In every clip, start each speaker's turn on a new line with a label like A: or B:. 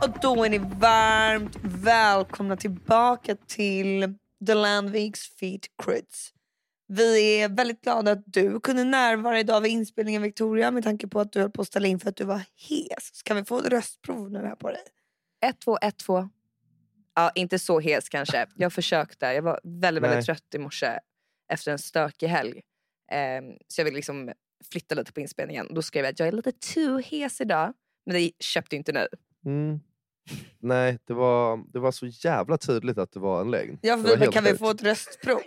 A: Och då är ni varmt välkomna tillbaka till The Landviks Feet Crits. Vi är väldigt glada att du kunde närvara idag vid inspelningen Victoria med tanke på att du höll på att ställa in för att du var hes. Så kan vi få ett röstprov nu här på dig?
B: 1-2, 1-2. Ja, inte så hes kanske. Jag försökte. Jag var väldigt,
C: Nej.
B: väldigt trött i morse efter en stökig helg. Ehm, så jag ville liksom flytta lite på inspelningen. Då skrev jag att jag är lite too hes idag. Men det köpte ju inte ni.
C: Mm. Nej, det var, det var så jävla tydligt att det var en lögn.
A: Ja,
C: Det
A: för
C: var
A: vi bara,
C: helt
A: kan vi
C: sjukt.
A: få ett röstprov?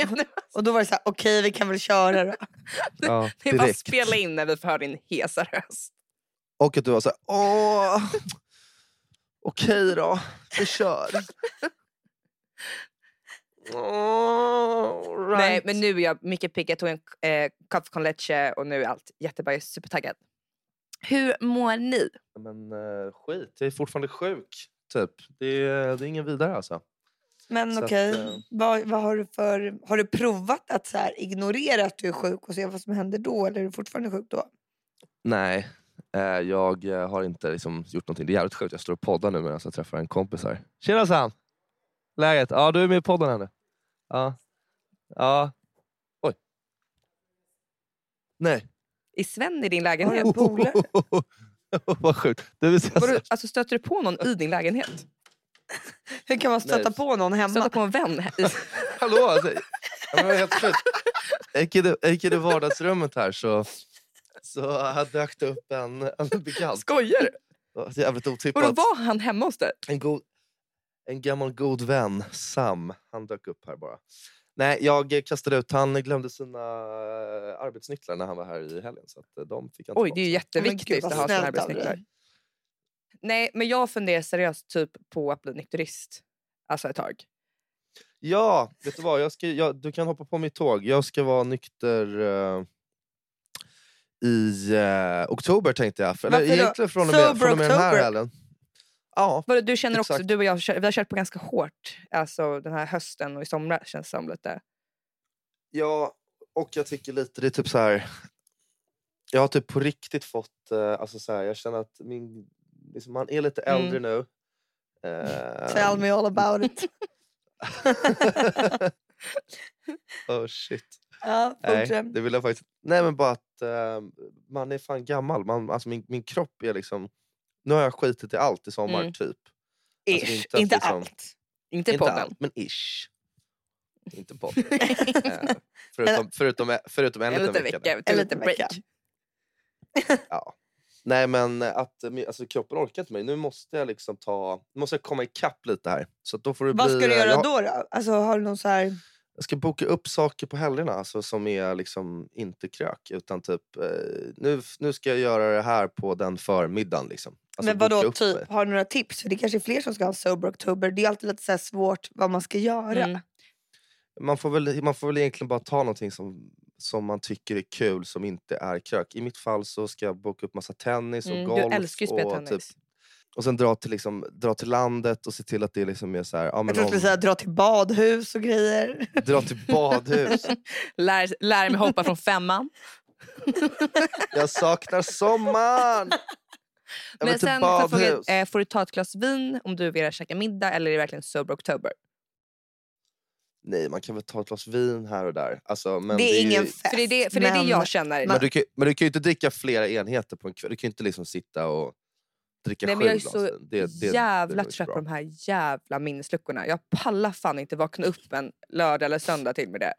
A: Och då var det så här, okej vi kan väl köra då.
C: Ja,
B: Det är bara att
C: direkt.
B: spela in när vi får höra din hesa röst.
C: Och att du var så här, åh, okej då, vi kör. Åh, right.
B: Nej, men nu är jag mycket pigg. Jag tog en eh, kaffe con leche och nu är allt jättebra. Jag är supertaggad. Hur mår ni?
C: Men eh, skit, jag är fortfarande sjuk. Typ. Det, är, det är ingen vidare alltså. Så
A: Men
C: att,
A: okej,
C: eh,
A: vad, vad har du för... Har du provat att så här, ignorera att du är sjuk och se vad som händer då? Eller är du fortfarande sjuk då?
C: Nej, eh, jag eh, har inte liksom, gjort någonting. Det är jävligt sjukt. Jag står och poddar nu medan jag träffar en kompis här. Tjena Sam! Läget? Ja, du är med i podden här nu. Ja. Ja. Oj. Nej.
B: Är Sven i din
A: Har du
B: lägenhet?
A: en
C: Oh.
A: polare?
C: Vad sjukt. Det vill säga,
B: Var
C: så-
B: du, alltså, stöter du på någon i din lägenhet?
A: Hur kan man stöta
C: Nej.
A: på någon hemma?
B: Stöter på en vän? här i-
C: Hallå! Alltså, jag- jag var helt slut. Jag gick i det- jag gick i det vardagsrummet här så, så eh, dök det upp en, en bekant.
B: Skojar du?
C: Det var Jävligt
B: Och då
C: otippat.
B: var han hemma hos dig?
C: En, god, en gammal god vän, Sam, han dök upp här bara. Nej, jag eh, kastade ut han glömde sina eh, arbetsnycklar när han var här i helgen. Så att eh, de fick jag inte
B: Oj, det är
C: tillbaka.
B: ju jätteviktigt
A: vad
B: att ha sina
A: snällt av dig.
B: arbetsnycklar. Nej, men jag funderar seriöst typ på att bli nykterist. Alltså ett tag.
C: Ja, vet du vad? Jag ska, jag, du kan hoppa på mitt tåg. Jag ska vara nykter eh, i eh, oktober tänkte jag. För- Eller
A: Varför då?
C: egentligen från och med,
A: Sober
C: från och med den här
A: October.
C: helgen. Ja,
B: Vadå, Du känner också,
C: Exakt.
B: du och jag kör- vi har kört på ganska hårt alltså den här hösten och i somras känns det som lite.
C: Ja, och jag tycker lite det är typ så här. Jag har typ på riktigt fått, eh, alltså så här, jag känner att min, liksom, man är lite äldre
B: Mm.
C: nu.
A: Tell
C: Ehm,
A: me all about it.
C: oh shit.
A: Ja,
C: Nej,
A: fortsätt.
C: det alltså, vill jag faktiskt. Nej men bara att eh, man är fan gammal. Man, alltså min, min kropp är liksom, nu har jag skitit i allt i sommar
B: Mm.
C: typ.
A: Ish,
C: alltså, inte
A: inte,
C: att liksom-
A: allt.
B: Inte
C: Inte
B: podden.
C: allt, men ish. Inte podden. Eh, förutom, förutom, förutom en,
B: En liten
C: vecka.
B: vecka,
C: där.
B: en liten break.
A: vecka.
C: Nej men att eh, min- alltså, kroppen orkar inte mig. Nu måste jag liksom ta, nu måste jag komma ikapp lite här. Så att då får det
A: Vad
C: bli,
A: ska du
C: eh,
A: göra
C: jag,
A: då? då? Alltså, har du någon så här...
C: Jag ska boka upp saker på helgerna alltså, som är liksom inte krök. Utan typ, eh, nu, nu ska jag göra det här på den förmiddagen. Liksom. Alltså,
A: men vadå,
C: boka upp
A: typ,
C: mig.
A: har du några tips? För det kanske är fler som ska ha en sober oktober. Det är alltid lite så här svårt vad man ska göra.
B: Mm.
C: Alltså, Man, får väl, man får väl egentligen bara ta någonting som, som man tycker är kul som inte är krök. I mitt fall så ska jag boka upp massa tennis och
B: Mm,
C: golf.
B: du älskar ju att spela
C: och,
B: tennis.
C: Typ, och sen dra till, liksom, dra till landet och se till att det liksom är så här, ja,
A: Jag
C: men
A: tror du skulle
C: om,
A: säga dra till badhus och grejer.
C: dra till badhus.
B: Lär, lär mig hoppa från femman.
C: Jag saknar sommaren! Jag
B: Men
C: vill till
B: sen får jag fråga,
C: typ badhus.
B: eh, får du ta ett glas vin om du vill göra- käka middag eller är det verkligen sober oktober?
C: Nej, man kan väl ta ett glas vin här och där. Alltså, men
A: det är ingen
C: ju...
A: fest.
B: För det är det, för det, är det
A: men-
B: jag känner.
C: men, du kan, men du kan ju inte dricka flera enheter på en kväll. Du kan ju inte liksom sitta och dricka
B: Nej,
C: sju
B: men jag är
C: glas
B: så
C: vin. Det- det- det går
B: jävla
C: inte
B: trött på
C: bra.
B: de här jävla minnesluckorna. Jag pallar fan inte vakna upp en lördag eller söndag till med det.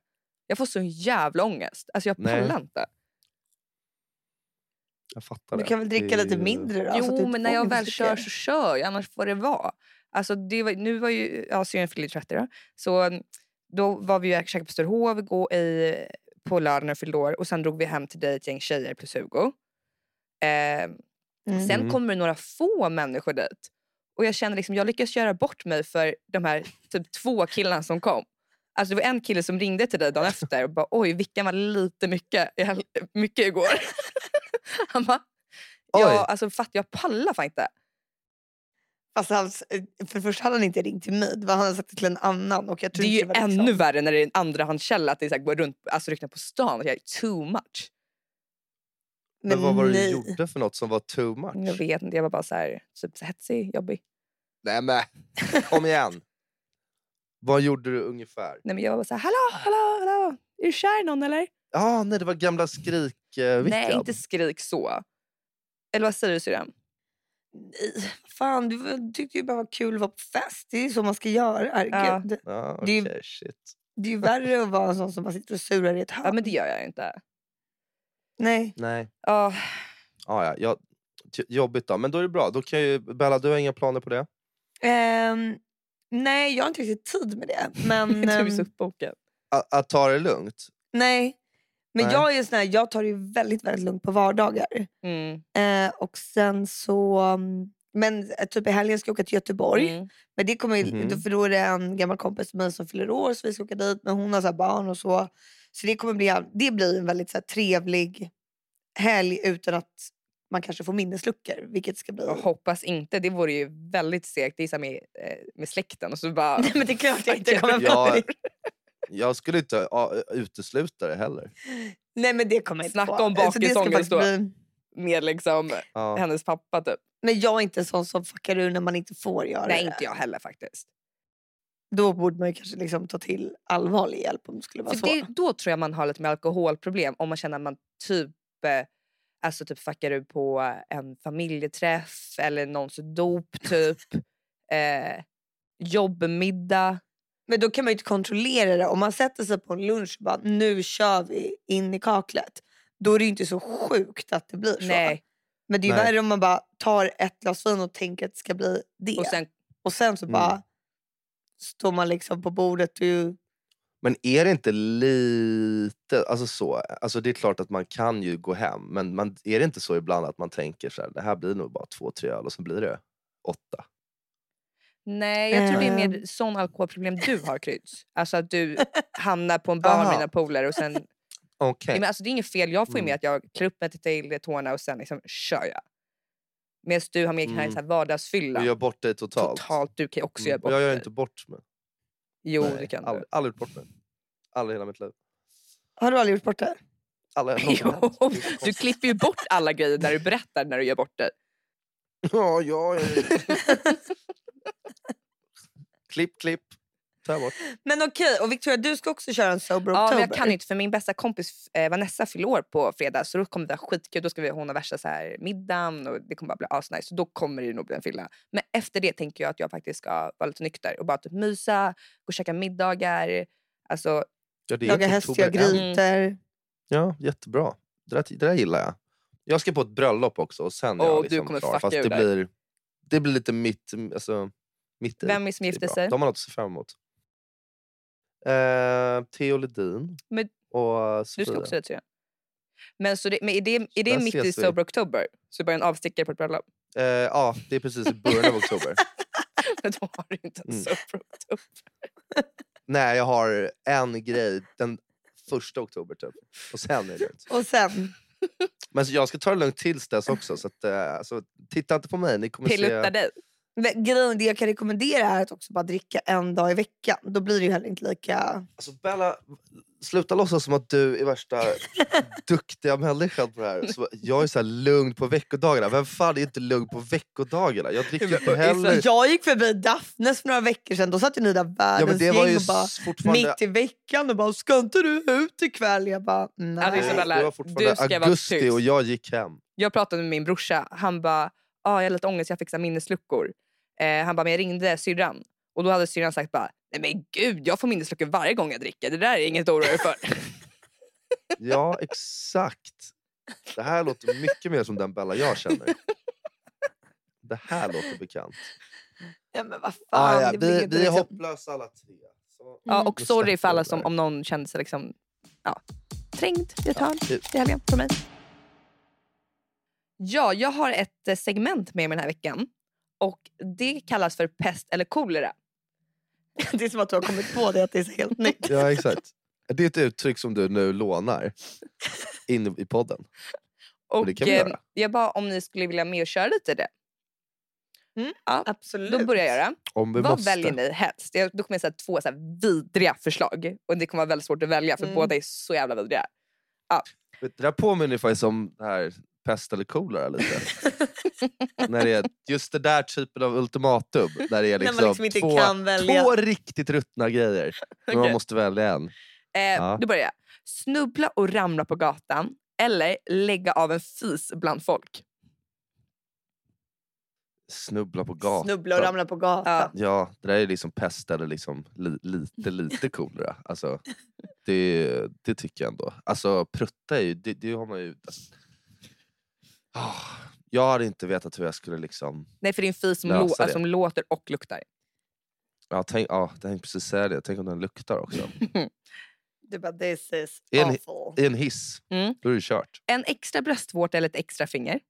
B: Jag får sån jävla ångest. Alltså jag
C: Nej.
B: pallar inte.
C: Jag fattar
A: Du
C: det.
A: kan väl dricka
C: Det är
A: lite
C: ju-
A: mindre då? Alltså, typ så att du
B: Jo,
A: inte
B: men
A: får
B: när jag väl
A: ångest,
B: kör
A: tycker
B: så kör jag. Annars får det vara. Alltså, det var, nu var ju ja, syrran fyllde 30 då. Så mm, då var vi ju och käkade på Storhov igår i, på lördagen när jag fyllde år. Och sen drog vi hem till dig ett gäng tjejer plus Hugo. Eh,
A: jag. Mm.
B: Sen
C: Mm.
B: kommer det några få människor dit. Och jag känner liksom, jag lyckas göra bort mig för de här typ två killarna som kom. Alltså det var en kille som ringde till dig dagen efter och bara oj, vickan var lite mycket, i hel- mycket igår. Han bara, ja
C: Oj.
B: alltså fatt, jag pallar fan inte.
A: Fast han, eh, för det första hade han inte ringt till mig. Det var han hade sagt till en annan. Och jag
B: Det
A: tror
B: är ju
A: inte var liksom-
B: ännu värre när det är en andrahandskälla att det är så här, går runt, alltså rykten på stan. Att jag är too much.
C: Men vad var det du
A: nej.
C: gjorde för något som var too much?
B: Jag vet inte, jag var bara så här, typ så hetsig, jobbig.
C: Nej men, kom igen. Vad gjorde du ungefär?
B: Nej, men jag var så här, hallå, hallå, hallå. Är du kär i någon eller?
C: Ja, Ah, nej det var gamla skrik
B: Nej,
C: eh, Rickard.
B: inte skrik så. Eller vad säger du syrran?
A: Nej, Fan, du tyckte ju bara var kul att vara på fest. Det är ju så man ska göra.
B: Ja.
A: Herregud.
C: Ja,
A: Det är ju-
C: Ah, okej, shit.
A: Det är ju värre att vara en sån som bara sitter och surar i ett hörn.
B: Ja, men det gör jag inte.
A: Nej.
C: Nej.
B: Ja,
C: Ah, ja, ja. Ty- Jobbigt då, men då är det bra. Då kan ju, Bella, du har inga planer på det?
A: Ehm, nej, jag har inte riktigt tid med det. Men,
B: jag tror vi är
A: ehm,
B: så uppbokade.
C: Att, att ta det lugnt?
A: nej. Men
C: Nej.
A: jag är sån här, jag tar det ju väldigt, väldigt lugnt på vardagar.
B: Mm.
A: Eh, och sen så... mm, Men eh, typ i helgen ska jag åka till Göteborg.
B: Mm.
A: Men det kommer, ju-
C: Mhm.
A: För då är det en gammal kompis till mig som fyller år så vi ska åka dit. Men hon har så här barn och så. Så det kommer bli jäv- det blir en väldigt så här trevlig helg utan att man kanske får minnesluckor. Vilket ska bli...
B: Jag hoppas inte. Det vore ju väldigt segt. Det är så här med, eh, med släkten och så bara...
A: Nej, men det är klart jag inte kommer
C: Ja.
A: få det.
C: Jag skulle inte ja, utesluta det heller.
A: Nej men det kommer jag inte
B: Snacka
A: få. Så
B: om
A: det ska
B: bakisångest
A: faktiskt
B: då.
A: bli-
B: Med liksom
C: Ja.
B: hennes pappa typ.
A: Men jag är inte en sån som fuckar ur när man inte får göra
B: Nej,
A: det.
B: inte jag heller faktiskt.
A: Då borde man ju kanske liksom ta till allvarlig hjälp om det skulle vara så.
B: För det, då tror jag man har lite med alkoholproblem om man känner att man typ, eh, alltså typ fuckar ur på en familjeträff eller någons dop typ. eh, jobbmiddag.
A: Men då kan man ju inte kontrollera det. Om man sätter sig på en lunch och bara nu kör vi in i kaklet. Då är det ju inte så sjukt att det blir så.
B: Nej.
A: Men det är ju
C: Nej.
A: värre om man bara tar ett glas vin och tänker att det ska bli det.
B: Och sen,
A: så
C: Mm.
A: bara står man liksom på bordet och ju...
C: Men är det inte lite... Alltså så, alltså det är klart att man kan ju gå hem, men man, är det inte så ibland att man tänker så här, det här blir nog bara två, tre öl och sen blir det åtta?
B: nej, jag tror det är mer
A: Ehm.
B: sån alkoholproblem du har Kryds. Alltså att du hamnar på en bar med
C: Aha.
B: dina polare och sen...
C: Okej.
B: Nej, men alltså, det är inget fel, jag får ju med
C: Mm.
B: att jag klär upp mig till tårna och sen liksom kör jag. Medan du har mer mm.
C: Mm.
B: här vardagsfylla.
C: Du gör bort dig totalt.
B: Totalt, du kan ju också göra
C: Mm, och
B: bort
C: jag gör
B: dig.
C: inte bort mig.
B: Jo,
C: Nej,
B: det kan du.
C: aldrig, aldrig gjort bort mig. Aldrig i hela mitt liv.
A: Har du aldrig gjort bort det?
C: Aldrig, någonsin
B: Jo,
C: hänt. Det är så
B: du
C: konstigt.
B: klipper ju bort alla grejer när du berättar när du gör bort det.
C: Ja, ja, ja. ja. klipp, klipp. Ta bort.
A: Men okej, och Victoria du ska också köra en sober
B: Ja, men
A: oktober.
B: jag kan inte för min bästa kompis eh, Vanessa fyller år på fredag så då kommer det vara skitkul. Då ska vi, hon ha värsta så här middagen och det kommer bara bli asnice. Så då kommer det nog bli en fylla. Men efter det tänker jag att jag faktiskt ska vara lite nykter och bara typ mysa, gå och käka middagar. Alltså,
C: Ja, det är typ Mm.
A: Laga
C: inte oktober
A: hästiga
C: än.
A: grytor.
C: Ja, jättebra. Det där, det där gillar jag. Jag ska på ett bröllop också och sen är
B: Åh,
C: jag
B: du
C: liksom
B: kommer
C: klar.
B: fucka
C: Fast
B: ur
C: det
B: där.
C: blir, det blir lite mitt, alltså, mitt i.
B: vem är det som
C: Det är
B: gifter
C: bra.
B: sig?
C: De har något att se fram emot. Eh, Theo Ledin
B: Men-
C: och
B: Du
C: Sofia.
B: ska också dit tror jag. Men, så det, men är det, är det
C: Där
B: mitt i
C: ses vi.
B: Sober Oktober? Så det är bara en avstickare på ett bröllop?
C: Eh, ja, det är precis i början av oktober.
B: Men då har du inte en
C: Mm.
B: Sober Oktober.
C: Nej, jag har en grej den första oktober typ. Och sen är det lugnt.
A: Och sen,
C: Men så jag ska ta det lugnt tills dess också. Så att, eh, så titta inte på mig. Ni kommer se...
B: Pilutta dig.
A: men grejen, det jag kan rekommendera är att också bara dricka en dag i veckan. Då blir det ju heller inte lika...
C: Alltså Bella, sluta låtsas som att du är värsta duktiga människan på det här. Så jag är så här lugn på veckodagarna. Vem fan är inte lugn på veckodagarna? Jag dricker inte heller...
A: Jag gick förbi Daphnes för några veckor sedan. Då satt ju ni där
C: Ja, men
A: världens
C: det var
A: gäng
C: ju
A: och bara...
C: s- fortfarande...
A: Mitt i veckan och bara “ska inte du ut ikväll?” Jag bara
B: Alltså,
A: “nej”.
B: Isabella,
C: Det var
B: du ska
C: fortfarande
B: vara
C: augusti
B: tyst.
C: och jag gick hem.
B: Jag pratade med min brorsa. Han bara, ah, jag har lite ångest, jag fixar minnesluckor. Eh, han bara, men jag ringde syrran. Och då hade syrran sagt bara, nej men gud, jag får minnesluckor varje gång jag dricker. Det där är inget att oroa dig för.
C: Ja, exakt. Det här låter mycket mer som den Bella jag känner. Det här låter bekant.
A: Ja, men vad fan,
C: Ah,
A: det
C: ja,
A: blir
C: vi,
A: inte
C: vi är
A: liksom-
C: hopplösa alla tre. Så.
B: ja, och
C: Nu
B: sorry för
C: släpper
B: alla
C: Mm. det
B: som,
C: där.
B: om någon kände sig liksom, ja, trängd i ett hörn
C: det-
B: i helgen från mig. Ja, jag har ett eh, segment med mig den här veckan. Och det kallas för pest eller kolera.
A: Det är som att du har kommit på det, att det är så helt nytt.
C: Ja, exakt. Det är ett uttryck som du nu lånar in i podden.
B: Och
C: det kan vi
B: eh,
C: göra.
B: jag bara om ni skulle vilja med och köra lite det.
C: Mm.
A: Absolut.
B: Då börjar jag göra.
C: Om vi
B: Vad
C: måste.
B: väljer ni helst? Jag, då kommer jag säga två så här vidriga förslag. Och Det kommer vara väldigt svårt att välja för
A: Mm.
B: båda är så jävla vidriga.
C: Det där påminner faktiskt om det här pest eller kolera lite. när det är just det där typen av ultimatum. Där det är
A: man
C: liksom,
A: liksom inte
C: två,
A: kan välja.
C: två riktigt ruttna grejer. Men man
B: Okej.
C: måste välja en.
B: Eh,
C: Ja.
B: Då börjar jag. Snubbla och ramla på gatan eller lägga av en fis bland folk.
C: Snubbla på gatan.
A: Snubbla och ramla på gatan.
C: Ja, det där är liksom pest eller liksom li, lite, lite kolera. Alltså, det, det tycker jag ändå. Alltså prutta är ju... Det, det har man ju alltså, Ah, jag hade inte vetat hur jag skulle liksom...
B: Nej, för det är en fis som,
C: Lösa
B: lå-
C: det.
B: som låter och luktar.
C: Ja, tänk, ja, jag tänkte precis säga det. Tänk om den luktar också.
A: Du bara this is
C: Är ni-
A: awful.
C: I en hiss,
B: Mm.
C: då är det kört.
B: En extra bröstvårta eller ett extra finger.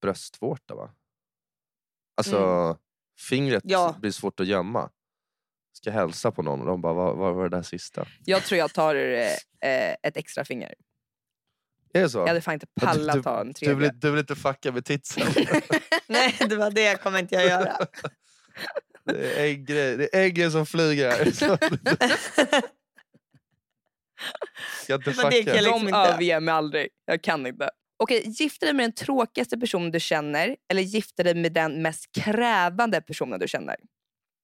C: Bröstvårta va? Alltså,
B: Mm.
C: fingret
A: Ja.
C: blir svårt att gömma. Ska hälsa på någon och de bara, vad, vad var det där sista?
B: Jag tror jag tar eh, eh, ett extra finger.
C: Är det så?
B: Jag hade fan inte
C: Ja, du-
B: pallat ta en
C: Du
B: tredje.
C: vill, du vill inte fucka med titsen?
A: Nej, det var det kommer inte jag göra.
C: Det är en grej, det är en grej som flyger här. Så- Ska inte
A: Men det kan jag
C: fucka.
A: liksom
B: De
A: inte.
B: överger mig aldrig. Jag kan inte. Okej, gifta dig med den tråkigaste personen du känner eller gifta dig med den mest krävande personen du känner.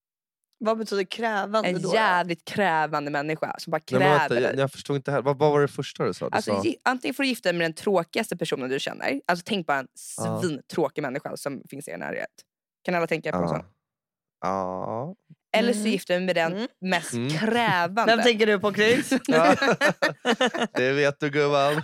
A: Vad betyder krävande
B: En
A: då?
B: jävligt krävande människa som bara
C: Nej, men vänta,
B: kräver dig.
C: jag, jag förstod inte här. Vad, vad var det första du sa? Du
B: Alltså,
C: sa
B: gi- antingen får du gifta dig med den tråkigaste personen du känner. Alltså Tänk bara en
C: Ja.
B: svintråkig människa som finns i din närhet. Kan alla tänka på en sån?
C: Ja. Ja.
B: Eller så
A: Mm.
B: gifter du dig med den
A: Mm.
B: mest
C: Mm.
A: Vem
B: krävande.
A: tänker du på Chris?
C: Ja. Det vet du gumman.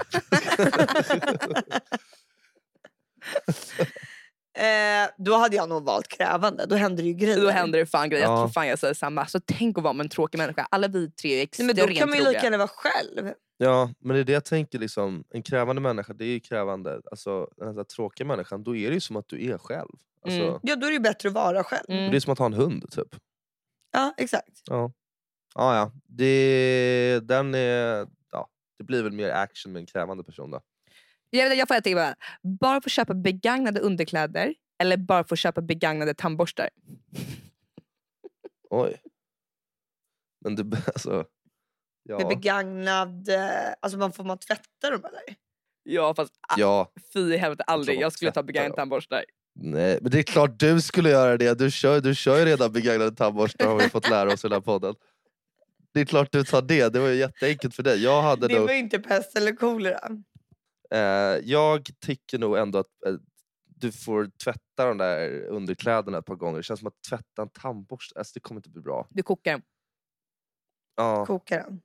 A: eh, då hade jag nog valt krävande. Då händer det ju grejer.
B: Då händer det fan grejer. Jag
C: Ja.
B: tror fan jag säger samma. Alltså, tänk att vara med en tråkig människa. Alla vi tre är
A: Nej,
B: extremt
A: men då kan man ju
B: roliga.
A: lika gärna vara själv.
C: Ja, men det är det jag tänker. Liksom, en krävande människa, det är ju krävande. Alltså, den här tråkiga människan, då är det ju som att du är själv. Alltså,
B: Mm.
A: Ja, då är det ju bättre att vara själv.
C: Det
B: Mm.
C: är som att ha en hund, typ.
A: Ja, exakt.
C: Ja, ja. Det, den är, ja, det blir väl mer action med en krävande person då.
B: Jag, vet, jag får jag tänka bara. Bara få köpa begagnade underkläder eller bara få köpa begagnade tandborstar.
C: Oj. Men du, alltså...
A: Med
C: Ja,
A: begagnad... eh, Alltså man får man tvätta dem eller?
B: Ja fast ah,
C: ja.
B: fy i helvete aldrig.
C: man
B: Jag skulle ta
C: tvättar
B: begagnade
C: dem.
B: tandborstar.
C: Nej, men det är klart du skulle göra det. Du kör, du kör ju redan begagnade tandborstar har vi fått lära oss i den här podden. Det är klart du tar det. Det var ju jätteenkelt för dig. Jag hade
A: Det
C: nog...
A: var ju inte pest eller kolera.
C: Eh, jag tycker nog ändå att eh, du får tvätta de där underkläderna ett par gånger. Det känns som att tvätta en tandborste, alltså det kommer inte bli bra.
B: Du kokar dem.
C: Ja,
A: Koka den.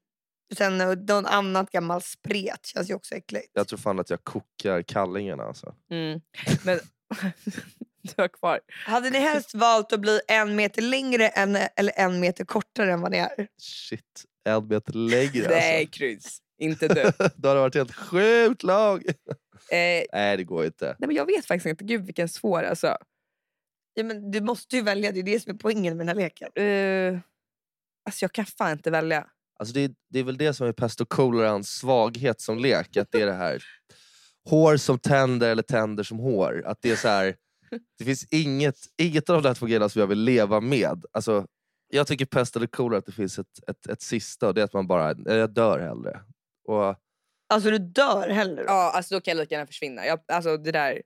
A: Sen eh, någon annat gammal spret känns ju också äckligt.
C: jag tror fan att jag kokar kallingarna alltså.
B: Mm. Men du har kvar.
A: Hade ni helst valt att bli en meter längre än, eller en meter kortare än vad ni är?
C: Shit, en meter längre
B: Nej
C: alltså.
B: Kryds, inte du.
C: Då har det varit helt sjukt lång!
B: Eh,
C: Nej det går ju inte.
B: Nej, men jag vet faktiskt inte. Gud vilken svår alltså.
A: Ja, men du måste ju välja, det är det som är poängen med den här leken.
B: Eh, alltså jag kan fan inte välja.
C: Alltså det, är- det är väl det som är pest och kolerans svaghet som lek. Att det är det här hår som tänder eller tänder som hår. Att det är så här, det finns inget, inget av de där två grejerna som jag vill leva med. Alltså, jag tycker pest eller kolera att det finns ett, ett, ett sista och det är att man bara, "Nej, jag dör hellre. Och,
A: Alltså du dör hellre då.
B: Ja, alltså då kan jag lika gärna försvinna. Jag, alltså det där.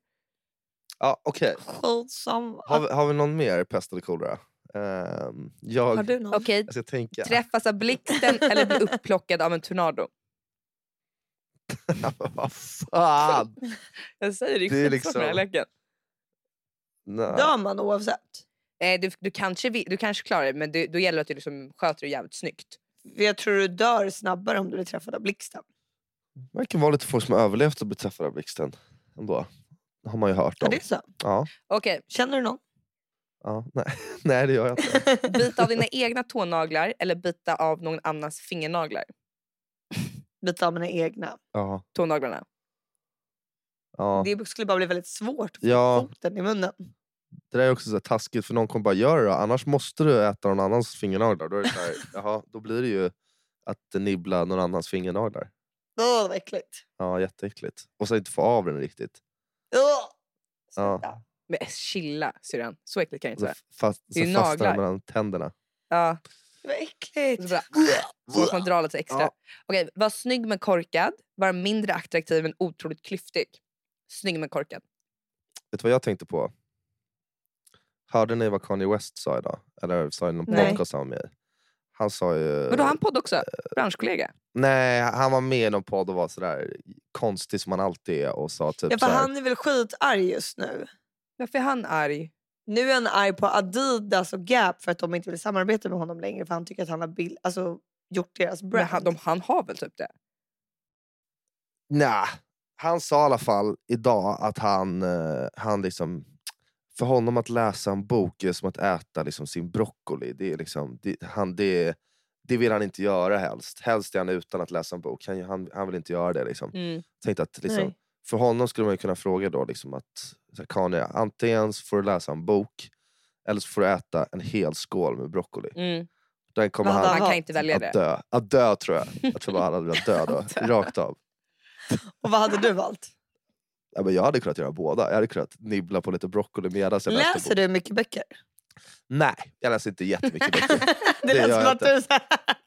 C: ja, okej.
A: Skitsamma.
C: Har, vi- har vi någon mer pest eller kolera? Ehm, jag,
A: Har du någon?
B: Okej,
C: jag ska tänka.
B: träffas av blixten eller bli upplockad av en tornado?
C: Vad fan!
B: Jag säger det,
C: Det
B: det
C: är
B: liksom... den här
C: liksom-
B: leken.
C: Nej.
A: Dör man oavsett?
B: Eh, du, du, kanske, vi- du kanske klarar det men du, då gäller det att du liksom sköter det jävligt snyggt.
A: För Jag tror du dör snabbare om du blir träffad av blixten.
C: Det kan vara lite folk som har överlevt att bli träffade av blixten. Ändå. Det har man ju hört
A: Ja,
C: om.
A: det är så.
C: Ja,
B: Okej,
A: Känner du någon?
C: ja. Nej. nej, det gör jag inte.
B: bita av dina egna tånaglar eller bita av någon annans fingernaglar?
A: Bita av mina egna.
C: Ja,
B: Tånaglarna.
C: ja.
A: Det skulle bara bli väldigt svårt att få
C: ja
A: foten i munnen.
C: det där är också så här taskigt för någon kommer bara göra det då, annars måste du äta någon annans fingernaglar. Då, är det så här, jaha, då blir det ju att nibbla någon annans fingernaglar.
A: Åh, vad äckligt.
C: Ja, jätteäckligt. Och sen inte få av den riktigt.
A: Åh!
C: Ja.
A: Sluta.
B: Men chilla eh, syrran, så äckligt kan jag inte
C: Så
B: vara.
C: fast,
B: Det är
C: så
B: ju
C: fastnar
B: naglar.
C: den mellan tänderna.
B: Ja.
A: Det var äckligt.
B: Och så bara, så måste man dra lite extra.
C: Ja.
B: Okej, var snygg men korkad. Var mindre attraktiv men otroligt klyftig. Snygg men korkad.
C: Vet du vad jag tänkte på? Hörde ni vad Kanye West sa idag? Eller sa i någon
B: Nej.
C: podcast han var med i? Han sa ju...
B: Men då har han podd också. Branschkollega.
C: Nej, han var med i någon podd och var sådär konstig som han alltid är och sa typ
A: Ja, för
C: såhär,
A: han är väl skitarg just nu.
B: Varför är han arg?
A: Nu är han arg på Adidas och Gap för att de inte vill samarbeta med honom längre för han tycker att han har bild, alltså, gjort deras
B: Men
A: brand.
B: han, de, han har väl typ det?
C: Nej, han sa i alla fall idag att han, eh, han liksom... För honom att läsa en bok är som att äta liksom sin broccoli. Det, är liksom, det, han, det, det vill han inte göra helst. Helst är han utan att läsa en bok. Han, han, han vill inte göra det. Liksom.
B: Mm,
C: Tänkte att liksom,
A: Mm. Nej.
C: för honom skulle man ju kunna fråga då liksom att så här, Kanye, antingen så får du läsa en bok eller så får du äta en hel skål med broccoli.
B: Mm.
C: Den kommer
A: Vad hade
C: han typ
B: Han kan inte välja
C: att
B: det.
C: dö. Att dö tror jag. Jag tror bara han hade velat dö då. Rakt av.
A: Och vad hade du valt?
C: Ja, men jag hade kunnat göra båda. Jag hade kunnat nibbla på lite broccoli medan jag läste
A: Läser
C: bok.
A: du mycket böcker?
C: Nej, jag läser inte jättemycket böcker.
A: Det
C: gör
A: lät
C: jag
A: som att
C: inte.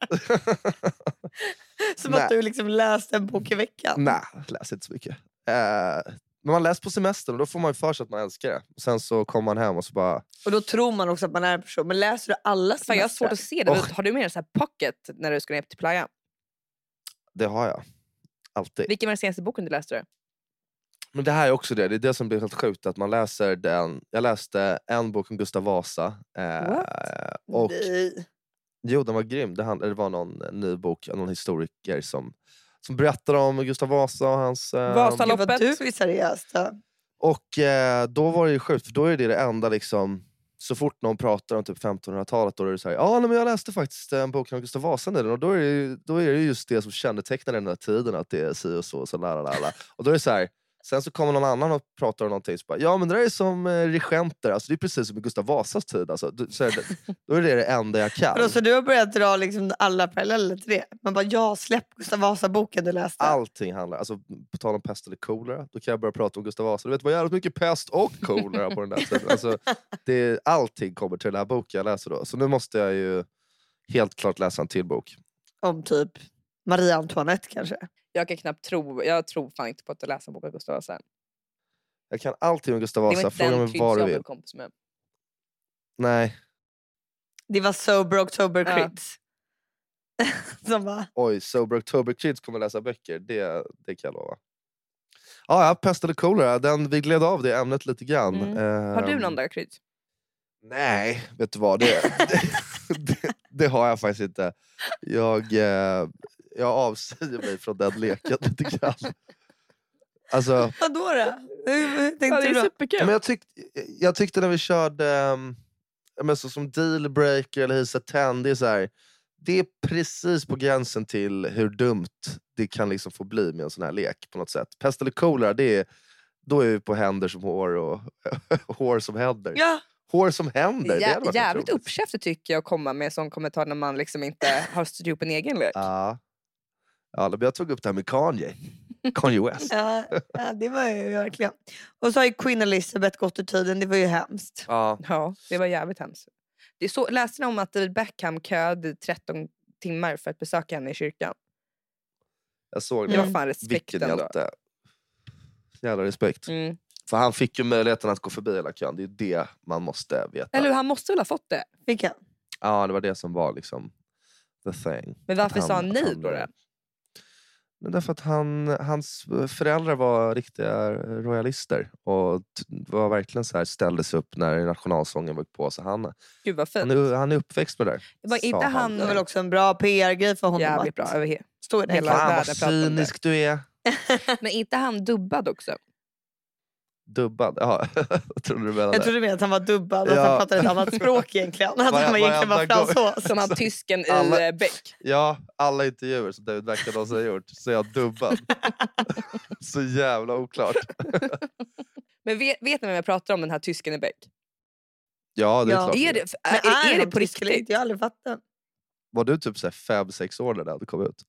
A: du, så som
C: Nej.
A: att du liksom läste en bok i veckan.
C: Nej, jag läser inte så mycket. Eh, men man läser på semestern och då får man ju för sig att man älskar det. Och sen så kommer man hem och så bara...
A: Och då tror man också att man är en person. Men läser du alla
B: Fan, jag har
A: semestrar?
B: svårt att se det.
C: Och-
B: Har du med dig så här pocket när du ska ner till Playa?
C: Det har jag. Alltid.
B: Vilken var den senaste boken du läste? då?
C: Men det här är också det. Det är det som blir helt sjukt. Att man läser den. Jag läste en bok om Gustav Vasa. eh,
B: What?
C: och
A: Nej.
C: Jo, den var grym. Det, hand, det var någon eh, ny bok av någon historiker som, som berättade om Gustav Vasa och hans... eh,
B: Vasaloppet.
A: Gud vad du är seriös. då.
C: Och eh, då var det ju sjukt, för då är det det enda liksom... Så fort någon pratar om typ 1500-talet då är det så här, ja nej, men jag läste faktiskt eh, en bok om Gustav Vasa nyligen och då är, det, ju- då är det ju just det som kännetecknar den här tiden, att det är si och så och så la, la, la, la. Och då är det så här, sen så kommer någon annan och pratar om någonting så bara, ja men det där är som eh, regenter, alltså det är precis som i Gustav Vasas tid. Alltså, Du- så är det, då är det det enda jag kan.
A: Vadå, så alltså, du har börjat dra liksom alla paralleller till det? Man bara, ja släpp Gustav Vasa-boken du läste.
C: Allting handlar, alltså på tal om pest eller kolera, då kan jag börja prata om Gustav Vasa. Du vet, det var jävligt mycket pest och kolera på den där tiden. Alltså, det, allting kommer till den här boken jag läser då. Så nu måste jag ju helt klart läsa en till bok.
A: Om typ Maria Antoinette kanske.
B: Jag kan knappt tro. Jag tror fan inte på att du läser en bok av Gustav Vasa. än.
C: Jag kan allting om Gustav
B: Det var
C: Vasa,
B: inte
C: fråga
B: den
C: mig
B: kryds
C: vad du
B: jag blev
C: vill.
B: kompis med.
C: Nej,
A: Det var Sober October
B: Ja.
A: Crids. Som bara,
C: oj, Sober October Kids kommer läsa böcker, det, det kan jag lova. Ja, ja, pest eller kolera, den, vi gled av det ämnet lite grann.
B: Mm. Har du
C: Ehm,
B: någon där kryds?
C: Nej, vet du vad? Det, det, det, det har jag faktiskt inte. Jag, eh, jag avsäger mig från den leken lite grann. Alltså,
A: vadå då? Hur hur
B: Ja,
A: tänkte du då?
B: superkul.
C: men jag, tyck, jag tyckte när vi körde ehm, ja, men så som dealbreaker eller Hisa Ten, det är så här, det är precis på gränsen till hur dumt det kan liksom få bli med en sån här lek på något sätt. Pest eller kolera, det är, då är vi på händer som hår och hår som händer.
A: Ja,
C: Hår som händer, det hade
B: Jä-
C: varit
B: jävligt
C: otroligt.
B: uppkäftigt tycker jag att komma med en sån kommentar när man liksom inte har styrt upp en egen lek.
C: Ja. Ja, men jag tog upp det här med Kanye. Kanye West.
A: ja, ja, det var ju verkligen. Och så har ju Queen Elizabeth gått ur tiden, det var ju hemskt.
C: Ja.
B: Ja, det var jävligt hemskt. Det är så, läste ni om att David Beckham köade i 13 timmar för att besöka henne i kyrkan?
C: Jag såg
B: Det
C: det.
B: var fan respekt
C: Vilken
B: ändå.
C: hjälte. Jävla respekt.
B: Mm.
C: För han fick ju möjligheten att gå förbi hela kön. Det är det man måste veta.
B: Eller hur, han måste väl ha fått det?
A: Vilken?
C: Ja, det var det som var liksom the thing.
B: Men
C: Att
B: varför sa han
C: att
B: nej då? då?
C: Men därför att han, hans föräldrar var riktiga royalister och t- var verkligen så här, ställde sig upp när nationalsången var på. Så han,
B: Gud vad
C: han,
B: fint.
C: är, han är uppväxt med det där.
B: Var
C: sa
B: inte han-
A: Det var väl också en bra PR-grej för honom.
B: Jävligt bra.
A: att
B: över he-
A: Stå i den
B: Hela-
A: klassen.
C: Fan
B: världen
C: vad
B: pratar om det.
C: cynisk du är.
B: Men inte han dubbad också?
C: Dubbad? Ja, jag trodde du menade.
A: Jag trodde mer att han var dubbad och att
C: Ja.
A: han pratade ett annat språk egentligen. Att han var egentligen var
C: Varenda gång.
A: fransos.
B: Som han tysken i
C: Alltså, Alla-
B: eh, Beck.
C: Ja, alla intervjuer som David Beckham någonsin har gjort så är jag dubbad. så jävla oklart.
B: Men vet, vet ni vem jag pratar om, den här tysken i Beck?
C: Ja, det är
A: Ja.
C: klart.
B: Är det,
A: Men
B: är, är, det
A: han
B: på
A: tysk eller
B: riktigt?
A: inte? Jag har aldrig fattat.
C: Var du typ så här fem, sex år när det hade kommit ut?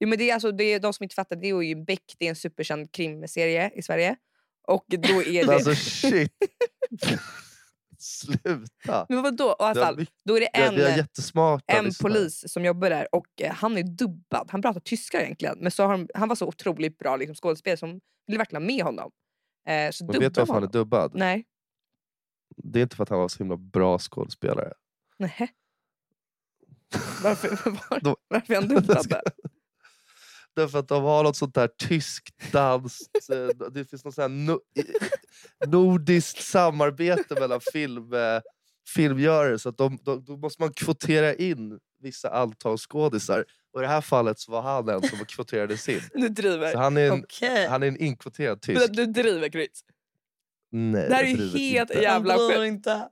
B: Jo, men det är alltså, det är, de som inte fattar, det är ju Beck, det är en superkänd krimserie i Sverige. Och då är
C: Men
B: det...
C: alltså shit. Sluta!
B: Men vadå? Och i alla
C: Vi har,
B: fall,
C: mycket,
B: då är det
C: vi har, vi har
B: en,
C: jättesmarta
B: en
C: lyssnare.
B: polis som jobbar där och eh, han är dubbad. Han pratar tyska egentligen. Men så har de, han var så otroligt bra liksom, skådespelare som ville verkligen ha med honom. Eh, så
C: Men vet du
B: dubbade
C: varför han är dubbad?
B: Nej.
C: Det är inte för att han var så himla bra skådespelare.
B: Nähä. Varför, var,
C: Då-
B: varför är han dubbad?
C: Ska-
B: då?
C: Därför att de har något sånt där tyskt dans... eh, det finns något sånt här no, i- nordiskt samarbete mellan film, eh, filmgörare. Så att de, de, då måste man kvotera in vissa antal skådisar. Och i det här fallet så var han en som kvoterades in.
B: Nu
C: Så
B: driver.
C: han är en,
A: Okej.
C: han är en inkvoterad tysk.
B: Du, du driver Kryds.
C: Nej,
B: Det här är
C: jag
B: ju
C: driver
B: helt
C: inte.
B: jävla
A: Han bryr
B: sjukt.
A: inte.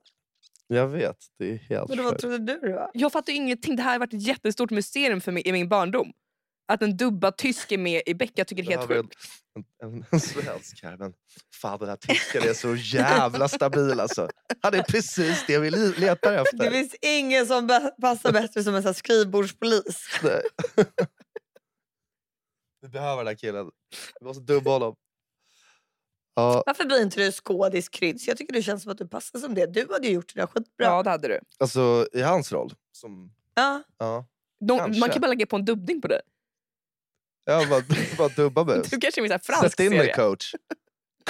C: Jag vet, det är helt
A: Men vad
C: sjukt.
A: trodde du det var?
B: Jag fattar ju ingenting. Det här har varit ett jättestort museum för mig i min barndom. Att en dubbad tysk är med i Beck, jag tycker det är
C: Nu
B: helt
C: har vi
B: sjukt.
C: en, en, en, en svensk här, men fan den här tysken är så jävla stabil alltså. Han är precis det vi li- letar
A: Det
C: efter.
A: finns ingen som bä- passar bättre som en sån här skrivbordspolis.
C: Nej. vi behöver den här killen. Vi måste dubba honom. Ja,
A: Varför blir inte du skådis Kryds? Jag tycker det känns som att du passar som det. Du hade ju gjort det där skitbra.
B: Ja, det hade du.
C: alltså i hans roll. Som,
A: Ja.
C: ja.
B: De,
C: Kanske.
B: man kan bara lägga på en dubbning på dig.
C: Jag bara, bara dubba mig.
B: Du kanske är med i en fransk
C: Sätt in mig
B: serie.
C: coach.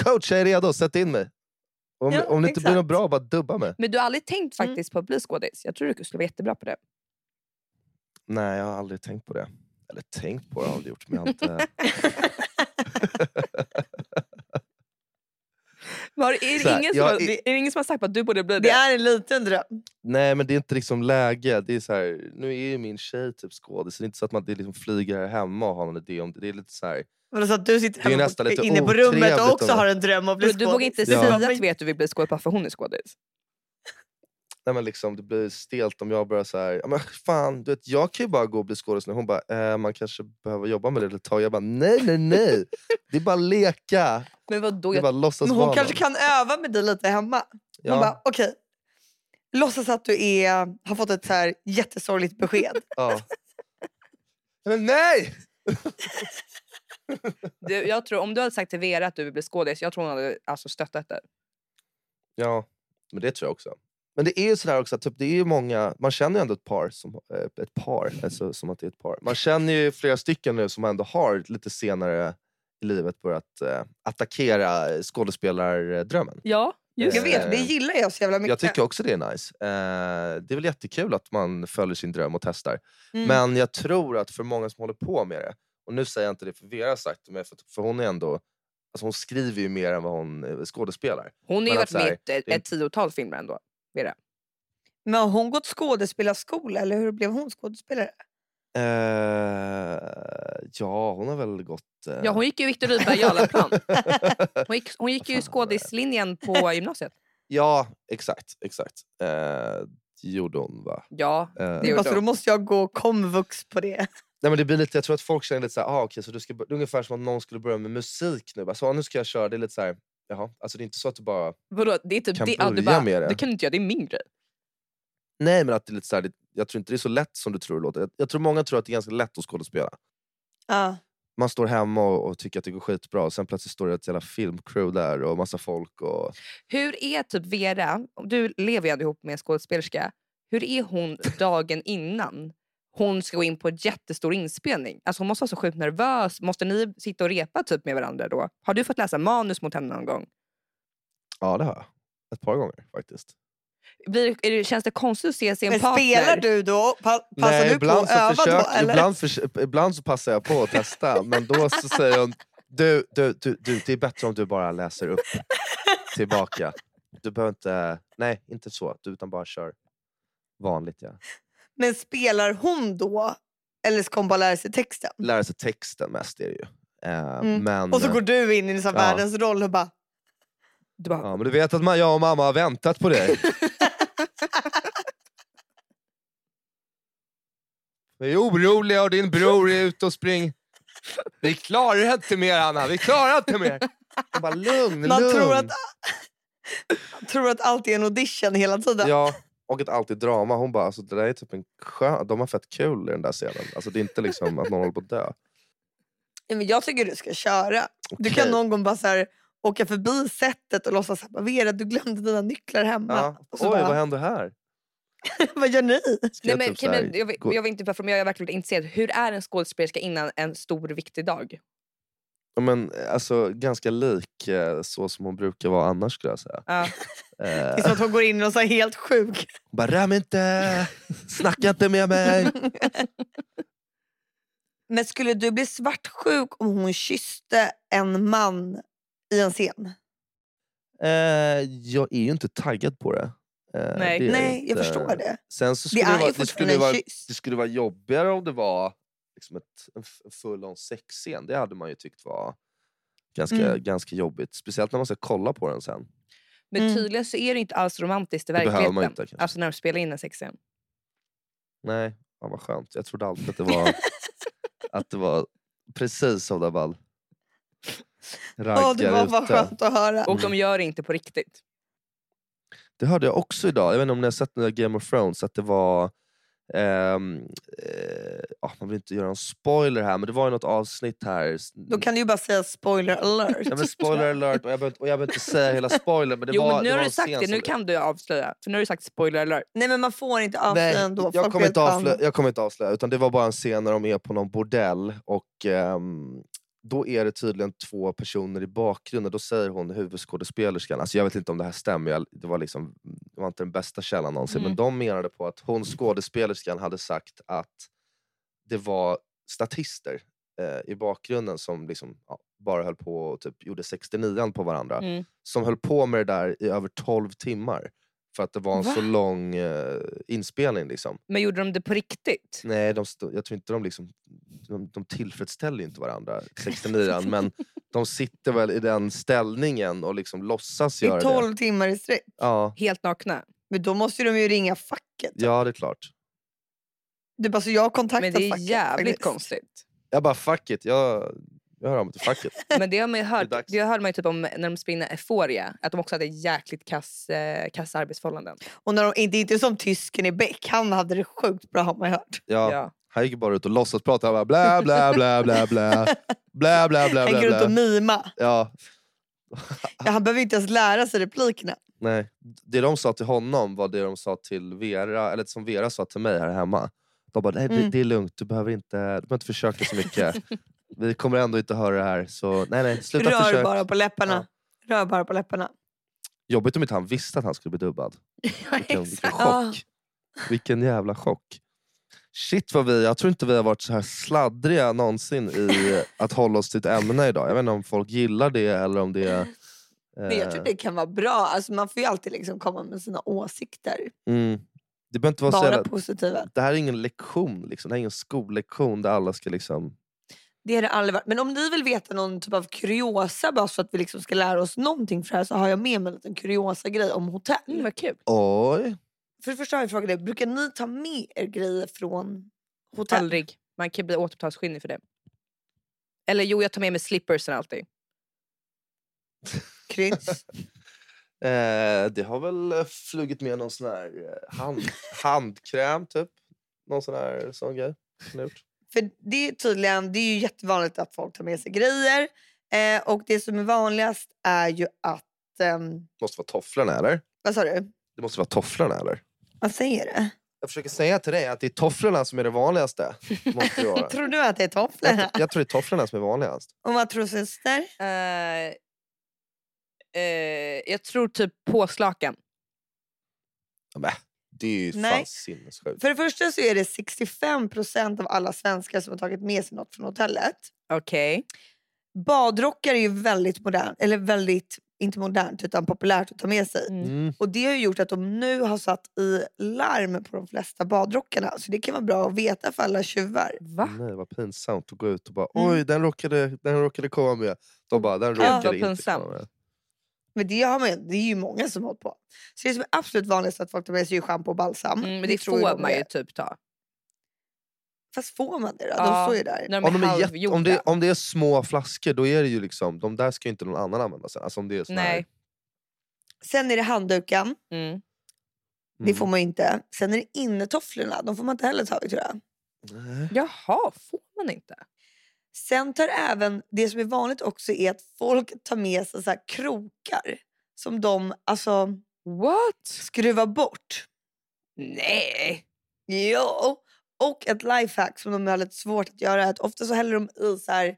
C: Coach, jag är redo. Sätt in mig. Om,
A: Ja,
C: om det inte blir
A: exakt.
C: något bra, bara dubba mig.
B: Men du har aldrig tänkt
A: Mm.
B: faktiskt på att bli skådis? Jag tror du skulle vara jättebra på det.
C: Nej, jag har aldrig tänkt på det. Eller tänkt på det har jag aldrig gjort, men jag har inte...
B: Men har, är,
C: Så här,
B: det ingen som
C: jag
B: har,
C: är-
B: det- är det ingen som har sagt att du borde bli det?
A: Det är en liten dröm.
C: Nej, men det är inte liksom läge. Det är så här, nu är ju min tjej typ skådis. så Det är inte så att man det liksom flyger här hemma och har någon idé om det. Det är lite så här,
A: Men så att du sitter
C: Det är ju
A: hemma
C: nästan
A: på,
C: lite
A: inne på
C: otrevligt
A: rummet och också
C: om-
A: har en dröm om att bli
B: Men du vågar
A: skådis.
B: inte
C: Ja.
B: säga att du vet att du vill bli skådis bara för hon är skådis.
C: nej, men liksom, det blir stelt om jag börjar så här... "Ja, Men fan, du vet, jag kan ju bara gå och bli skådis nu. Hon bara, eh, man kanske behöver jobba med det ett tag. Jag bara, nej, nej, nej. Det är bara leka.
B: Men vadå?
C: Det är
B: Jag,
C: bara låtsas
A: Men
C: vara
A: hon kanske
C: någon."
A: kan öva med dig lite hemma. Hon
C: ja,
A: bara, okej. Låtsas att du är, har fått ett så här jättesorgligt besked.
C: ja. Men nej!
B: du, jag tror, om du hade sagt till Vera att du vill bli skådis, jag tror hon hade alltså, stöttat dig.
C: Ja, men det tror jag också. Men det är ju sådär också, att typ, det är ju många, man känner ju ändå ett par, som, eh, ett par, alltså, som att det är ett par. Man känner ju flera stycken nu som ändå har lite senare i livet börjat eh, attackera eh, skådespelardrömmen.
B: Ja,
C: just
A: Jag vet, det gillar jag så jävla mycket.
C: Jag tycker också det är nice. Eh, det är väl jättekul att man följer sin dröm och testar.
A: Mm.
C: Men jag tror att för många som håller på med det, och nu säger jag inte det för Vera har sagt det, men för, för hon är ändå, alltså hon skriver ju mer än vad hon eh, skådespelar.
B: Hon har ju
C: Men
B: varit
C: att så här,
B: med i ett, ett,
C: det är-
B: ett tiotal filmer ändå.
A: Men har hon gått skådespelarskola eller hur blev hon skådespelare?
C: Eh, ja, hon har väl gått... eh,
B: Ja, hon gick ju Viktor Rydberg i Jarlaplan. Hon gick, hon gick ju skådislinjen på gymnasiet.
C: ja, exakt. exakt. Eh, det gjorde hon, va?
B: Ja,
C: Eh,
B: Det gjorde
A: Fast då
B: hon.
A: måste jag gå komvux på det.
C: nej, men det blir lite, jag tror att folk känner lite så här, ah, okej, så du ska, bör- det är ungefär som att någon skulle börja med musik nu. Bara, så, ah, nu ska jag köra. Det är lite så här, jaha. Alltså, det är inte så att du bara...
B: Vadå, det är typ
C: Kan
B: det, ja, du
C: börja
B: bara,
C: med det.
B: det kan du inte göra, det är min grej.
C: Nej, men att det är lite så här, det, jag tror inte det är så lätt som du tror det låter. Jag, jag tror många tror att det är ganska lätt att skådespela.
A: Ja.
C: Man står hemma och, och tycker att det går skitbra och sen plötsligt står det ett jävla filmcrew där och massa folk. Och...
B: Hur är typ Vera, du lever ju ändå ihop med en skådespelerska, hur är hon dagen innan hon ska gå in på en jättestor inspelning? Alltså hon måste vara så sjukt nervös, måste ni sitta och repa typ med varandra då? Har du fått läsa manus mot henne någon gång?
C: Ja, det har jag. Ett par gånger faktiskt.
B: Blir, är det, känns det konstigt att se sin
A: Men
B: partner?
A: spelar du då? Pa passar
C: Nej,
A: du på
C: ibland
A: att
C: så,
A: öva
C: försöker,
A: då? Eller?
C: ibland, förs- ibland så passar jag på att testa, men då så säger hon du, du, du, du, det är bättre om du bara läser upp tillbaka. Du behöver inte, nej inte så, du, utan bara kör vanligt. Ja.
A: Men spelar hon då? Eller ska hon bara lära sig texten?
C: Lära sig texten mest är det ju. Eh,
A: Mm.
C: men,
A: Och så går du in i en sån här
C: Ja.
A: världens roll och bara...
B: du bara,
C: ja, men du vet att man, jag och mamma har väntat på dig. Vi är oroliga och din bror är ute och springer. Vi klarar inte mer Anna, vi klarar inte mer. Jag bara, lugn,
A: Man
C: lugn.
A: tror att, man tror att allt är en audition hela tiden.
C: Ja, och att allt är drama. Hon bara, alltså, det där är typ en skön... De har fett kul i den där scenen. Alltså, det är inte liksom att någon håller på att dö.
A: Nej, Men jag tycker du ska köra. Du
C: Okej.
A: kan någon gång bara så här, åka förbi sättet och låtsas att Vera du glömde dina nycklar hemma.
C: Ja.
A: Och
C: Oj,
A: så bara,
C: vad händer här?
A: vad gör ni?
C: Ska
B: Nej,
C: jag
B: men,
C: typ
B: okej,
C: så här
B: men jag, vill-
C: gå-
B: jag vill inte performa, men jag är verkligen intresserad. Hur är en skådespelerska innan en stor viktig dag?
C: Ja, men, alltså, ganska lik eh, så som hon brukar vara annars skulle jag säga.
B: Ja.
A: Det är
C: Eh,
A: som Liksom att hon går in och så är helt sjuk.
C: hon bara rör mig inte, snacka inte med mig.
A: Men skulle du bli svartsjuk om hon kysste en man i en scen?
C: Eh, jag är ju inte taggad på det. Eh,
B: Nej.
C: det är
A: Nej, jag
C: inte.
A: förstår det.
C: Sen så
A: Det
C: skulle det,
A: är
C: vara,
A: ju
C: det, skulle
A: fortfarande
C: vara,
A: en kyss.
C: det skulle vara jobbigare om det var liksom ett, en f- en full-on sexscen. Det hade man ju tyckt var ganska,
A: Mm.
C: ganska jobbigt. Speciellt när man ska kolla på den sen.
B: Men
A: Mm.
B: tydligen så är det inte alls romantiskt i
C: Det behöver man
B: verkligheten.
C: inte, kanske. Mm.
B: alltså när de spelar in en sexscen.
C: Nej, ja, vad skönt. Jag trodde alltid att det var, att det var precis som det var.
A: Ja, det
C: raggar
A: var bara
C: ute.
A: skönt att höra.
B: Och de gör det inte på riktigt.
C: Det hörde jag också idag, jag vet inte om ni har sett den där Game of Thrones, att det var... ehm, eh, ah, man vill inte göra en spoiler här, men det var ju något avsnitt här.
A: Då kan du ju bara säga spoiler alert.
C: Ja, men spoiler alert, och jag behöver inte- och jag behöver inte säga hela spoilern. Men det
B: jo,
C: var,
B: men nu
C: det
B: har
C: var
B: du
C: en
B: sagt
C: scen
B: det.
C: som-
B: Nu kan du avslöja. För nu har du sagt spoiler alert.
A: Nej men man får inte avslöja
C: Nej,
A: ändå.
C: jag,
A: Folk
C: kommer
A: vet
C: inte
A: fan.
C: avslöja, jag kommer inte avslöja, utan det var bara en scen när de är på någon bordell och ehm, då är det tydligen två personer i bakgrunden. Då säger hon huvudskådespelerskan, alltså jag vet inte om det här stämmer, jag, det, var liksom, det var inte den bästa källan någonsin,
B: Mm.
C: men de menade på att hon skådespelerskan hade sagt att det var statister eh, i bakgrunden som liksom, ja, bara höll på och typ gjorde 69 på varandra.
B: Mm.
C: Som höll på med det där i över 12 timmar. För att det var en
B: Va?
C: så lång eh, inspelning. Liksom.
B: Men gjorde de det på riktigt?
C: Nej, de stå, jag tror inte de, liksom, de, de tillfredsställer ju inte varandra, 69 men de sitter väl i den ställningen och liksom låtsas göra
A: I
C: det.
A: 12 timmar i sträck.
C: Ja,
B: Helt nakna?
A: Men då måste de ju ringa facket.
C: ja, det är klart.
A: Det är bara så jag har kontaktat
B: Men det är
A: facket,
B: jävligt
A: faktiskt.
B: konstigt.
C: Jag bara, fuck it, jag, jag hör av mig till facket.
B: Men det har man ju hört.
C: Det är dags.
B: Det hörde man ju typ om när de spelade in Euphoria. Att de också hade jäkligt kass, eh, kassa arbetsförhållanden.
A: Och när de, det är inte som tysken i Beck. Han hade det sjukt bra har man hört.
C: Ja, Han gick bara ut och låtsas prata, han bara bla bla bla bla bla. Bla bla bla
A: Han går
C: bla
A: runt och
C: bla.
A: mima.
C: Ja,
A: Ja, han behöver inte ens lära sig replikerna.
C: nej. Det de sa till honom var det de sa till Vera, eller som Vera sa till mig här hemma. De bara, nej det,
A: Mm.
C: det är lugnt, du behöver inte, du behöver inte försöka så mycket. Vi kommer ändå inte höra det här, så nej nej, sluta
A: Rör
C: försöka.
A: bara på läpparna. Rör bara på läpparna.
C: Jobbigt om inte han visste att han skulle bli dubbad.
A: Ja,
C: Vilken, vilken
A: exakt.
C: chock. Eh. Vilken jävla chock. Shit vad vi, jag tror inte vi har varit så här sladdriga någonsin i att hålla oss till ett ämne idag. Jag vet inte om folk gillar det eller om det eh, är...
A: Men jag tror det kan vara bra. Alltså, man får ju alltid liksom komma med sina åsikter.
C: Mm. Det behöver inte vara så
A: Bara
C: jävla,
A: positiva.
C: Det här är ingen lektion, liksom. det här är ingen skollektion där alla ska liksom...
A: Det är det aldrig varit. Men om ni vill veta någon typ av kuriosa bara så att vi liksom ska lära oss någonting för det här så har jag med mig en liten kuriosa grej om hotell.
B: Mm, vad kul.
C: Oj!
A: För det första har jag frågat dig, brukar ni ta med er grejer från hotell?
B: Aldrig. Man kan bli återbetalningsskyldig för det. Eller jo, jag tar med mig slippersen alltid.
A: Kryds.
C: Eh, det har väl eh, flugit med någon sån här eh, hand, handkräm typ. Någon sån här sån grej. som jag gjort.
A: För det är tydligen, det är ju jättevanligt att folk tar med sig grejer. Eh, och det som är vanligast är ju att, ehm,
C: Måste vara tofflorna eller?
A: vad sa du?
C: Det måste vara tofflorna eller?
A: Vad säger du?
C: Jag försöker säga till dig att det är tofflorna som är det vanligaste. Måste det vara.
A: Tror du att det är
C: jag,
A: tofflorna?
C: tr- jag tror det är tofflorna som är vanligast.
A: Och vad tror syster?
B: Eh, eh, jag tror typ påslakan.
C: Ja, men, Det är ju
A: Nej.
C: fan sinnessjukt.
A: För det första så är det 65 av alla svenskar som har tagit med sig något från hotellet.
B: Okej.
A: Badrockar är ju väldigt modernt, eller väldigt, inte modernt utan populärt att ta med sig.
B: Mm.
C: Mm.
A: Och det har ju gjort att de nu har satt i larm på de flesta badrockarna. Så det kan vara bra att veta för alla tjuvar.
B: Va?
C: Nej, vad pinsamt att gå ut och bara
A: Mm.
C: oj, den råkade, den råkade komma med. De bara, den
B: vad
C: råkade inte
B: pinsamt.
C: komma med.
A: Men det, har man, det är ju många som har hållit på. Så det som är absolut vanligast att folk tar med sig är ju schampo och balsam.
B: Mm, men det,
A: tror ju
B: får
A: de
B: man ju
A: är.
B: typ ta.
A: Fast får man det då?
B: Ja.
A: De står ju där.
B: När de
C: Om,
B: är
C: de är jätte,
B: halvgjorda.
C: om, det, om det är små flaskor, då är det ju liksom, de där ska ju inte någon annan använda sen. Alltså om det är sån
B: Nej.
A: Sen är det handduken.
B: Mm.
C: Mm.
A: Det får man ju inte. Sen är det innetofflorna. De får man inte heller ta i tror jag.
C: man...
B: Jaha, får man inte?
A: Sen tar även, det som är vanligt också är att folk tar med sig så här krokar som de alltså
B: What?
A: skruvar bort.
B: Nej!
A: Jo. Och ett lifehack som de har lite svårt att göra är att ofta så häller de i så här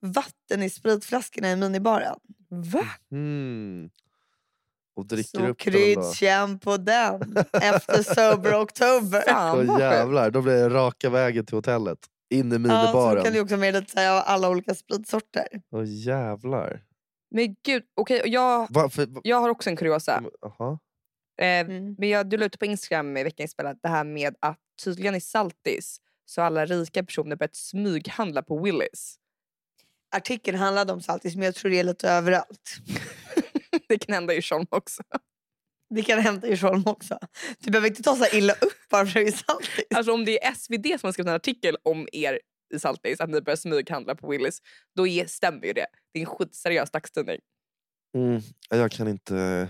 A: vatten i spritflaskorna i minibaren.
B: Va?
C: Mm. Och dricker
A: Så
C: upp den då.
A: kryddkänn på den efter sober oktober.
B: Fan
C: Åh
B: vad sjukt.
C: jävlar, då blir det raka vägen till hotellet. In i
A: Ja, så kan
C: minibaren.
A: du också ha med lite så här, av alla olika spritsorter.
C: Åh jävlar.
B: Men gud, okej och jag,
C: Varför? va-
B: jag har också en kuriosa.
C: Jaha.
B: Eh,
A: Mm.
B: Men jag, du la ut på Instagram i veckans spel att det här med att tydligen i Saltis så har alla rika personer börjat smyghandla på Willys.
A: Artikeln handlade om Saltis men jag tror det är lite överallt.
B: det kan hända i Djursholm också.
A: Det kan hända i Djursholm också. Du behöver inte ta så här illa upp bara för att det är Saltis.
B: Alltså om det är SvD som har skrivit en artikel om er i Saltis att ni börjar smyghandla på Willys, då är, stämmer ju det. Det är en skitseriös dagstidning.
C: Mm. Jag kan inte...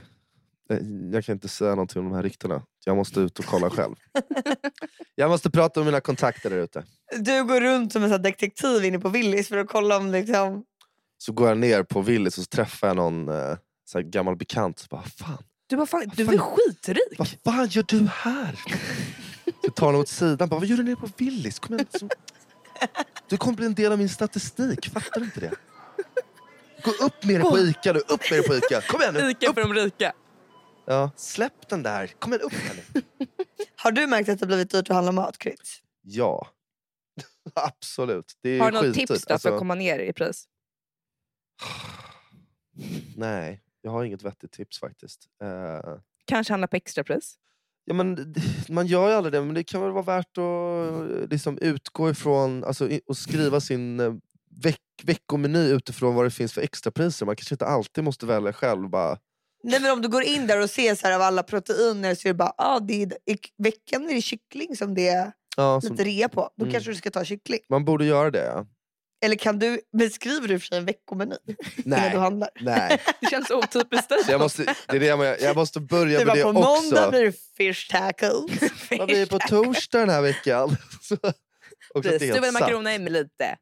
C: eh, Jag kan inte säga någonting om de här ryktena. Jag måste ut och kolla själv. jag måste prata med mina kontakter där ute.
A: Du går runt som en sån här detektiv inne på Willys för att kolla om liksom...
C: Så går jag ner på Willys och så träffar jag någon eh, så här gammal bekant. Så bara, fan,
B: Du, vad fan, du
C: fan-
B: är skitrik!
C: vad fan gör du här? Så tar honom åt sidan. Bara, vad gör du nere på Willys? Kom igen, så... liksom-" Du kommer bli en del av min statistik. Fattar du inte det? Gå upp med dig på Ica nu. Upp med dig på Ica. Kom igen nu.
B: Ica för de rika.
C: Ja. Släpp den där. Kom igen, upp här nu.
A: Har du märkt att det har blivit dyrt att handla mat, Kryds?
C: Ja. Absolut. Det är
B: Har du något
C: skitdyrt.
B: tips då för
C: Alltså,
B: att komma ner i pris?
C: Nej, jag har inget vettigt tips faktiskt. Eh,
B: Kanske handla på extrapris?
C: ja, men, det- man gör ju aldrig det, men det kan väl vara värt att eh, liksom, utgå ifrån alltså, i- och skriva sin eh, veck, veckomeny utifrån vad det finns för extrapriser. Man kanske inte alltid måste välja själv. Bara,
A: Nej men om du går in där och ser så här av alla proteiner så är det bara, ah, det är, i veckan är det kyckling som det är
C: ja, som,
A: lite rea på. Då
C: Mm.
A: kanske du ska ta kyckling.
C: man borde göra det. Ja.
A: Eller kan du, beskriver du för sig en veckomeny innan du
C: Nej,
A: handlar?
C: nej.
B: Det känns otypiskt dig.
C: Så jag, måste, det är det jag, menar. jag måste börja
A: Du
C: med
A: bara,
C: det
A: på måndag
C: också.
A: blir det fish tacos.
C: Vad blir det på torsdag den här veckan? Så, också att det är
B: Precis,
C: helt
B: du vill
C: sant.
B: makrona i med lite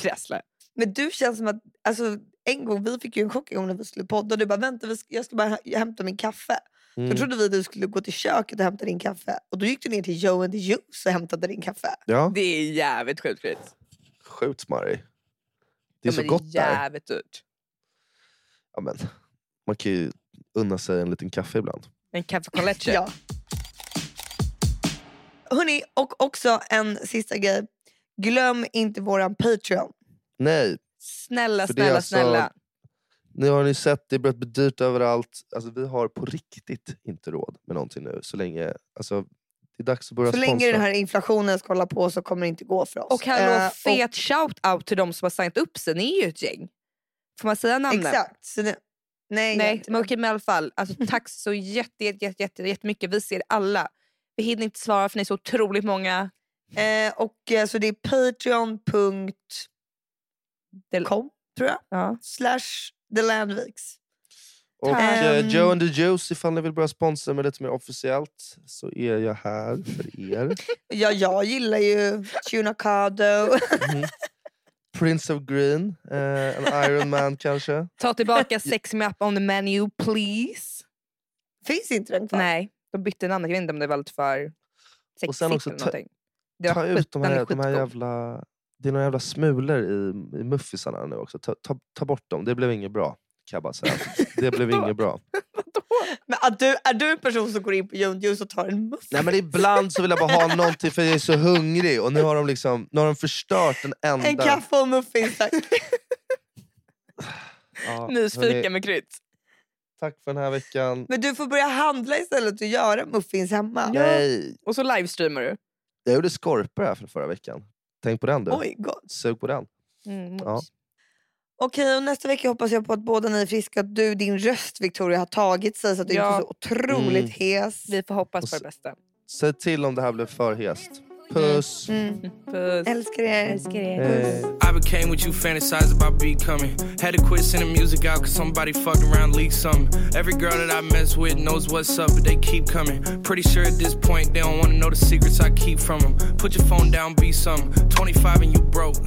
B: kräsle.
A: Men du känns som att, alltså, en gång, vi fick ju en chock en gång när vi skulle podda. Du bara, vänta vi ska, jag ska bara hä- hämta min kaffe.
C: Mm.
A: Då trodde vi att du skulle gå till köket och hämta din kaffe. Och då gick du ner till Joe and the Juice och hämtade din kaffe.
C: Ja.
B: Det är jävligt sjukt Fritz.
C: Sjukt smarrig. Det
B: Ja,
C: är så
B: men
C: gott
B: det är
C: där.
B: jävligt dyrt.
C: Ja, men, man kan ju unna sig en liten kaffe ibland.
B: En café con leche.
A: Ja. Hörrni, och också en sista grej. Glöm inte våran Patreon.
C: Nej,
B: Snälla,
C: För det är
B: snälla,
C: alltså-
B: snälla.
C: nu har ni sett, det börjar bli dyrt överallt. Alltså, vi har på riktigt inte råd med någonting nu. Så länge, alltså, det är dags att börja
A: Så
C: sponsra.
A: länge den här inflationen ska hålla på så kommer det inte gå för oss.
B: Och hallå,
A: Eh,
B: fet shout-out till de som har signat upp sig. Ni är ju ett gäng. Får man säga namnen?
A: Exakt. Så det, nej,
B: Nej,
A: inte.
B: men okej, men i alla fall.
C: Mm.
B: Alltså, tack så jätte, jätte, jätte, jätte, jättemycket. Vi ser alla. Vi hinner inte svara för ni är så otroligt många.
A: Eh, och eh, så det är patreon.com
B: Del-
A: tror jag.
B: Ja.
A: Slash The Landviks.
C: Och
A: här-
C: eh, Joe and the Juice, ifall ni vill börja sponsra mig lite mer officiellt så är jag här för er.
A: Ja, jag gillar ju Tunacado.
C: Mhm. Prince of Green, eh, en Iron Man kanske.
B: Ta tillbaka sex med app on the menu, please.
A: Finns inte den kvar?
B: Nej, de bytte namn. Jag vet inte om det var lite för
C: Och
B: sexigt
C: sen också
B: eller
C: ta-
B: någonting. Det var
C: Ta
B: skit-
C: ut de
B: den är
C: här, de här
B: skitgod.
C: jävla... Det är några jävla smulor i, i muffisarna nu också. Ta, ta, ta bort dem, det blev inget bra. Kan jag bara säga. Det blev inget bra.
A: Men är, du, är du en person som går in på Joan Juice och tar en muff?
C: Nej, men ibland så vill jag bara ha någonting för jag är så hungrig. Och nu har de, liksom, nu har de förstört den enda...
A: En kaffe och muffins tack.
C: Ja,
B: Mysfika
C: hörni,
B: med krydd.
C: Tack för den här veckan.
A: Men du får börja handla istället och göra muffins hemma.
C: Nej,
B: Och så livestreamar du.
C: jag gjorde skorpor här för förra veckan. Tänk på den du.
A: Oj, gott.
C: Sug på den.
B: Mm,
C: Ja.
A: Okej, och nästa vecka hoppas jag på att båda ni är friska. Att du, din röst Victoria, har tagit sig så att du
B: Ja.
A: inte är så otroligt
C: Mm.
A: hes.
B: Vi får
C: Och
B: hoppas
C: så-
B: på det bästa.
C: Säg till om det här blev för hest. Puss!
B: Puss.
A: Mm. Älskar er.
D: Älskar er.
C: Eh.
E: I became what you fantasized about becoming. Had to quit sending music out cause somebody fucked around, leaked something. Every girl that I mess with knows what's up, but they keep coming. Pretty sure at this point they don't wanna know the secrets I keep from them. Put your phone down, be something. 25 and you broke.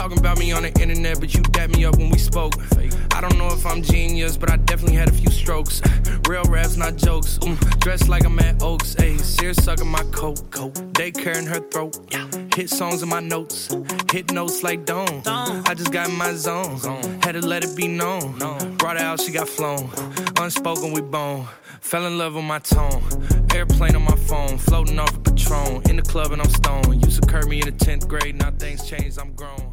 E: Talking about me on the internet, but you dapped me up when we spoke. I don't know if I'm genius, but I definitely had a few strokes. Real raps, not jokes. Mm, dressed like I'm at Oaks, ayy. Sears sucking my coat. coat. Daycare in her throat. Hit songs in my notes. Hit notes like don't. I just got in my zone. Had to let it be known. Brought her out, she got flown. Unspoken, we bone. Fell in love with my tone. Airplane on my phone. Floating off a Patron. In the club and I'm stoned. Used to curb me in the 10th grade. Now things changed, I'm grown.